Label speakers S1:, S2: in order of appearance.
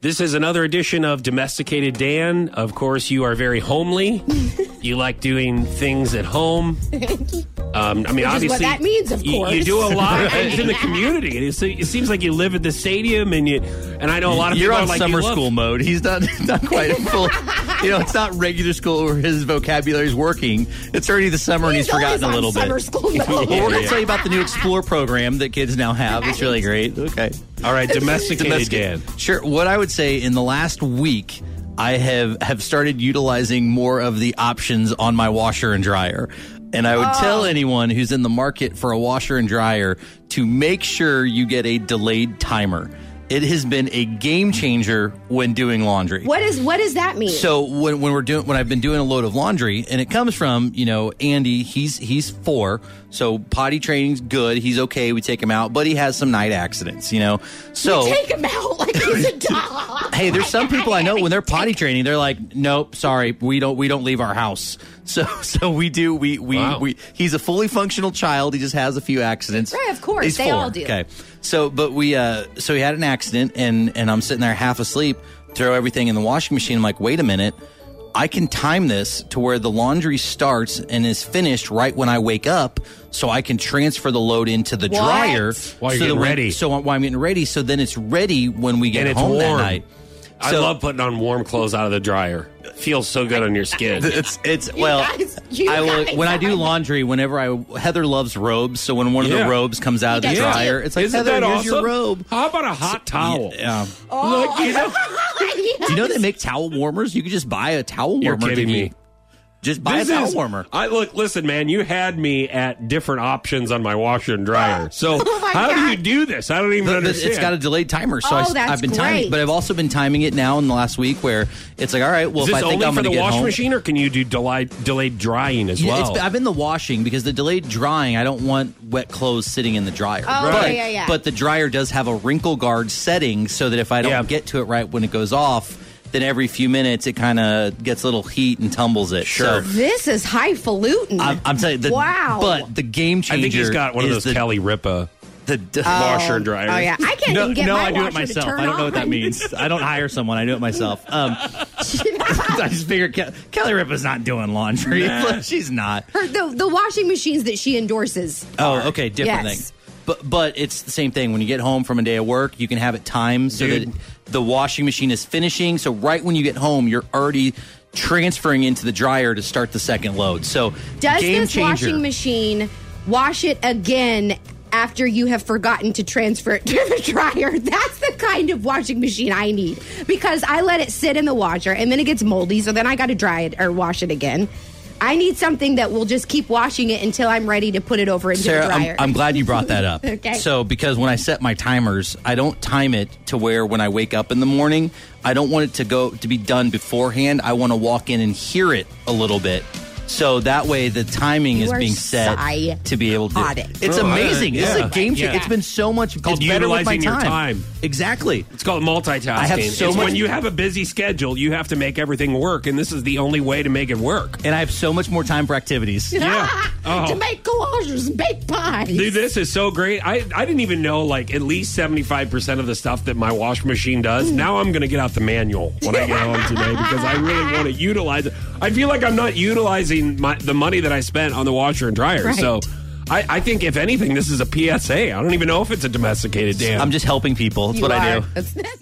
S1: This is another edition of Domesticated Dan. Of course, you are very homely. you like doing things at home. Um, I mean,
S2: what
S1: obviously,
S2: that means, of
S1: you,
S2: course.
S1: you do a lot of things in the community. It, is, it seems like you live at the stadium, and you and I know a lot of
S3: You're
S1: people
S3: on
S1: are like
S3: summer
S1: you love-
S3: school mode. He's not not quite full. You know, it's not regular school where his vocabulary is working. It's already the summer and he's forgotten a
S2: always
S3: little
S2: on summer
S3: bit.
S2: school
S3: Well,
S2: mode.
S3: we're going to tell you about the new Explore program that kids now have. It's really great. Okay.
S1: All right, domesticated
S3: Domestic-
S1: Dan.
S3: Sure. What I would say in the last week, I have have started utilizing more of the options on my washer and dryer. And I would
S1: Oh.
S3: tell anyone who's in the market for a washer and dryer to make sure you get a delayed timer. It has been a game changer when doing laundry.
S2: What is what does that mean?
S3: So when, when we're doing when I've been doing a load of laundry and it comes from you know Andy he's he's four so potty training's good he's okay we take him out but he has some night accidents you know so
S2: Take him out like he's a dog.
S3: oh. hey there's some people I know when they're potty training they're like nope sorry we don't we don't leave our house so so we do we we,
S1: Wow.
S3: we he's a fully functional child he just has a few accidents
S2: Right, of course.
S3: he's
S2: They
S3: four.
S2: all do.
S3: okay so but we uh so he had an accident and and I'm sitting there half asleep throw everything in the washing machine I'm like wait a minute I can time this to where the laundry starts and is finished right when I wake up so I can transfer the load into the
S2: What?
S1: While you're
S3: dryer so that
S1: getting
S3: when-
S1: ready.
S3: so while I'm getting ready so then it's ready when we get
S1: And it's
S3: home that
S1: warm.
S3: night
S1: I
S3: So-
S1: love putting on warm clothes out of the dryer. Feels so good on your skin.
S3: It's it's well.
S2: guys- you
S3: I will
S2: guys
S3: when I do
S2: are-
S3: laundry. Whenever I Heather loves robes, so when one of
S1: Yeah.
S3: the robes comes out of the
S2: You guys do.
S3: dryer, it's like
S1: Isn't
S3: Heather,
S1: that
S3: here's
S1: awesome?
S3: your robe.
S1: How about a hot towel?
S3: Yeah.
S1: Look,
S2: Oh.
S1: you know,
S3: Do you know they make towel warmers? You could just buy a towel warmer.
S1: You're
S3: to
S1: kidding
S3: be-
S1: me.
S3: Just buy
S1: This
S3: a towel
S1: is-
S3: warmer.
S1: I look, listen, man, you had me at different options on my washer and dryer. So
S2: Oh my
S1: how do
S2: God.
S1: you do this? I don't even
S3: But
S1: understand.
S3: It's got a delayed timer, so
S2: Oh,
S3: I,
S2: that's
S3: have been timing.
S2: great.
S3: But I've also been timing it now in the last week, where it's like, all right, well,
S1: Is this
S3: if I think
S1: only
S3: I'm
S1: for
S3: going
S1: the
S3: to get
S1: wash
S3: home,
S1: machine, or can you do delayed, delayed drying as
S3: Yeah,
S1: well?
S3: it's been- I've been the washing because the delayed drying. I don't want wet clothes sitting in the dryer.
S2: Oh,
S3: but,
S2: yeah, yeah, yeah.
S3: But the dryer does have a wrinkle guard setting so that if I don't
S1: Yeah.
S3: get to it right when it goes off, then every few minutes it kind of gets a little heat and tumbles it.
S1: Sure.
S3: So,
S2: This is highfalutin.
S3: I'm, I'm telling you, the,
S2: Wow.
S3: But the game changer.
S1: I think he's got one of
S3: is
S1: those
S3: the,
S1: Kelly Ripa
S3: The, d-
S1: washer and dryer.
S2: oh, yeah. I can't
S3: no,
S2: even get
S3: no,
S2: my
S3: I do
S2: washer
S3: it
S2: to
S3: myself.
S2: turn
S3: I don't know what that
S2: on.
S3: means. I don't hire someone. I do it myself. Um, I just figured Ke- Kelly Ripa's not doing laundry. She's not.
S2: Her, the, the washing machines that she endorses.
S3: Oh, okay, different
S2: Yes.
S3: thing. But but it's the same thing. When you get home from a day of work, you can have it timed so
S1: Dude.
S3: that the washing machine is finishing. So right when you get home, you're already transferring into the dryer to start the second load. So
S2: Does
S3: game
S2: this
S3: changer.
S2: washing machine wash it again after you have forgotten to transfer it to the dryer? That's the kind of washing machine I need because I let it sit in the washer and then it gets moldy, so then I got to dry it or wash it again. I need something that will just keep washing it until I'm ready to put it over into
S3: Sarah,
S2: the dryer.
S3: I'm, I'm glad you brought that up.
S2: Okay.
S3: So, because when I set my timers, I don't time it to where when I wake up in the morning, I don't want it to go to be done beforehand. I want to walk in and hear it a little bit. So that way, the timing
S2: You
S3: is
S2: are
S3: being set to be able to.
S2: psychotic.
S3: It's
S1: Oh,
S3: amazing.
S1: yeah.
S3: It's
S1: Yeah.
S3: a game changer.
S1: Yeah.
S3: It's been so much.
S1: Called
S3: it's better with my
S1: utilizing your
S3: time.
S1: time.
S3: Exactly.
S1: It's called multitasking.
S3: I have so
S1: it's
S3: much-
S1: when you have a busy schedule, you have to make everything work, and this is the only way to make it work.
S3: And I have so much more time for activities.
S1: Yeah.
S2: to make collages and bake pies.
S1: Dude, this is so great. I, I didn't even know like at least 75% of the stuff that my wash machine does. Now I'm going to get out the manual when I get home today because I really want to utilize it. I feel like I'm not utilizing my, the money that I spent on the washer and dryer.
S2: Right.
S1: So I, I think if anything, this is a PSA. I don't even know if it's a domesticated damn.
S3: I'm just helping people. That's
S2: You
S3: what I
S2: are-
S3: do.
S2: That's-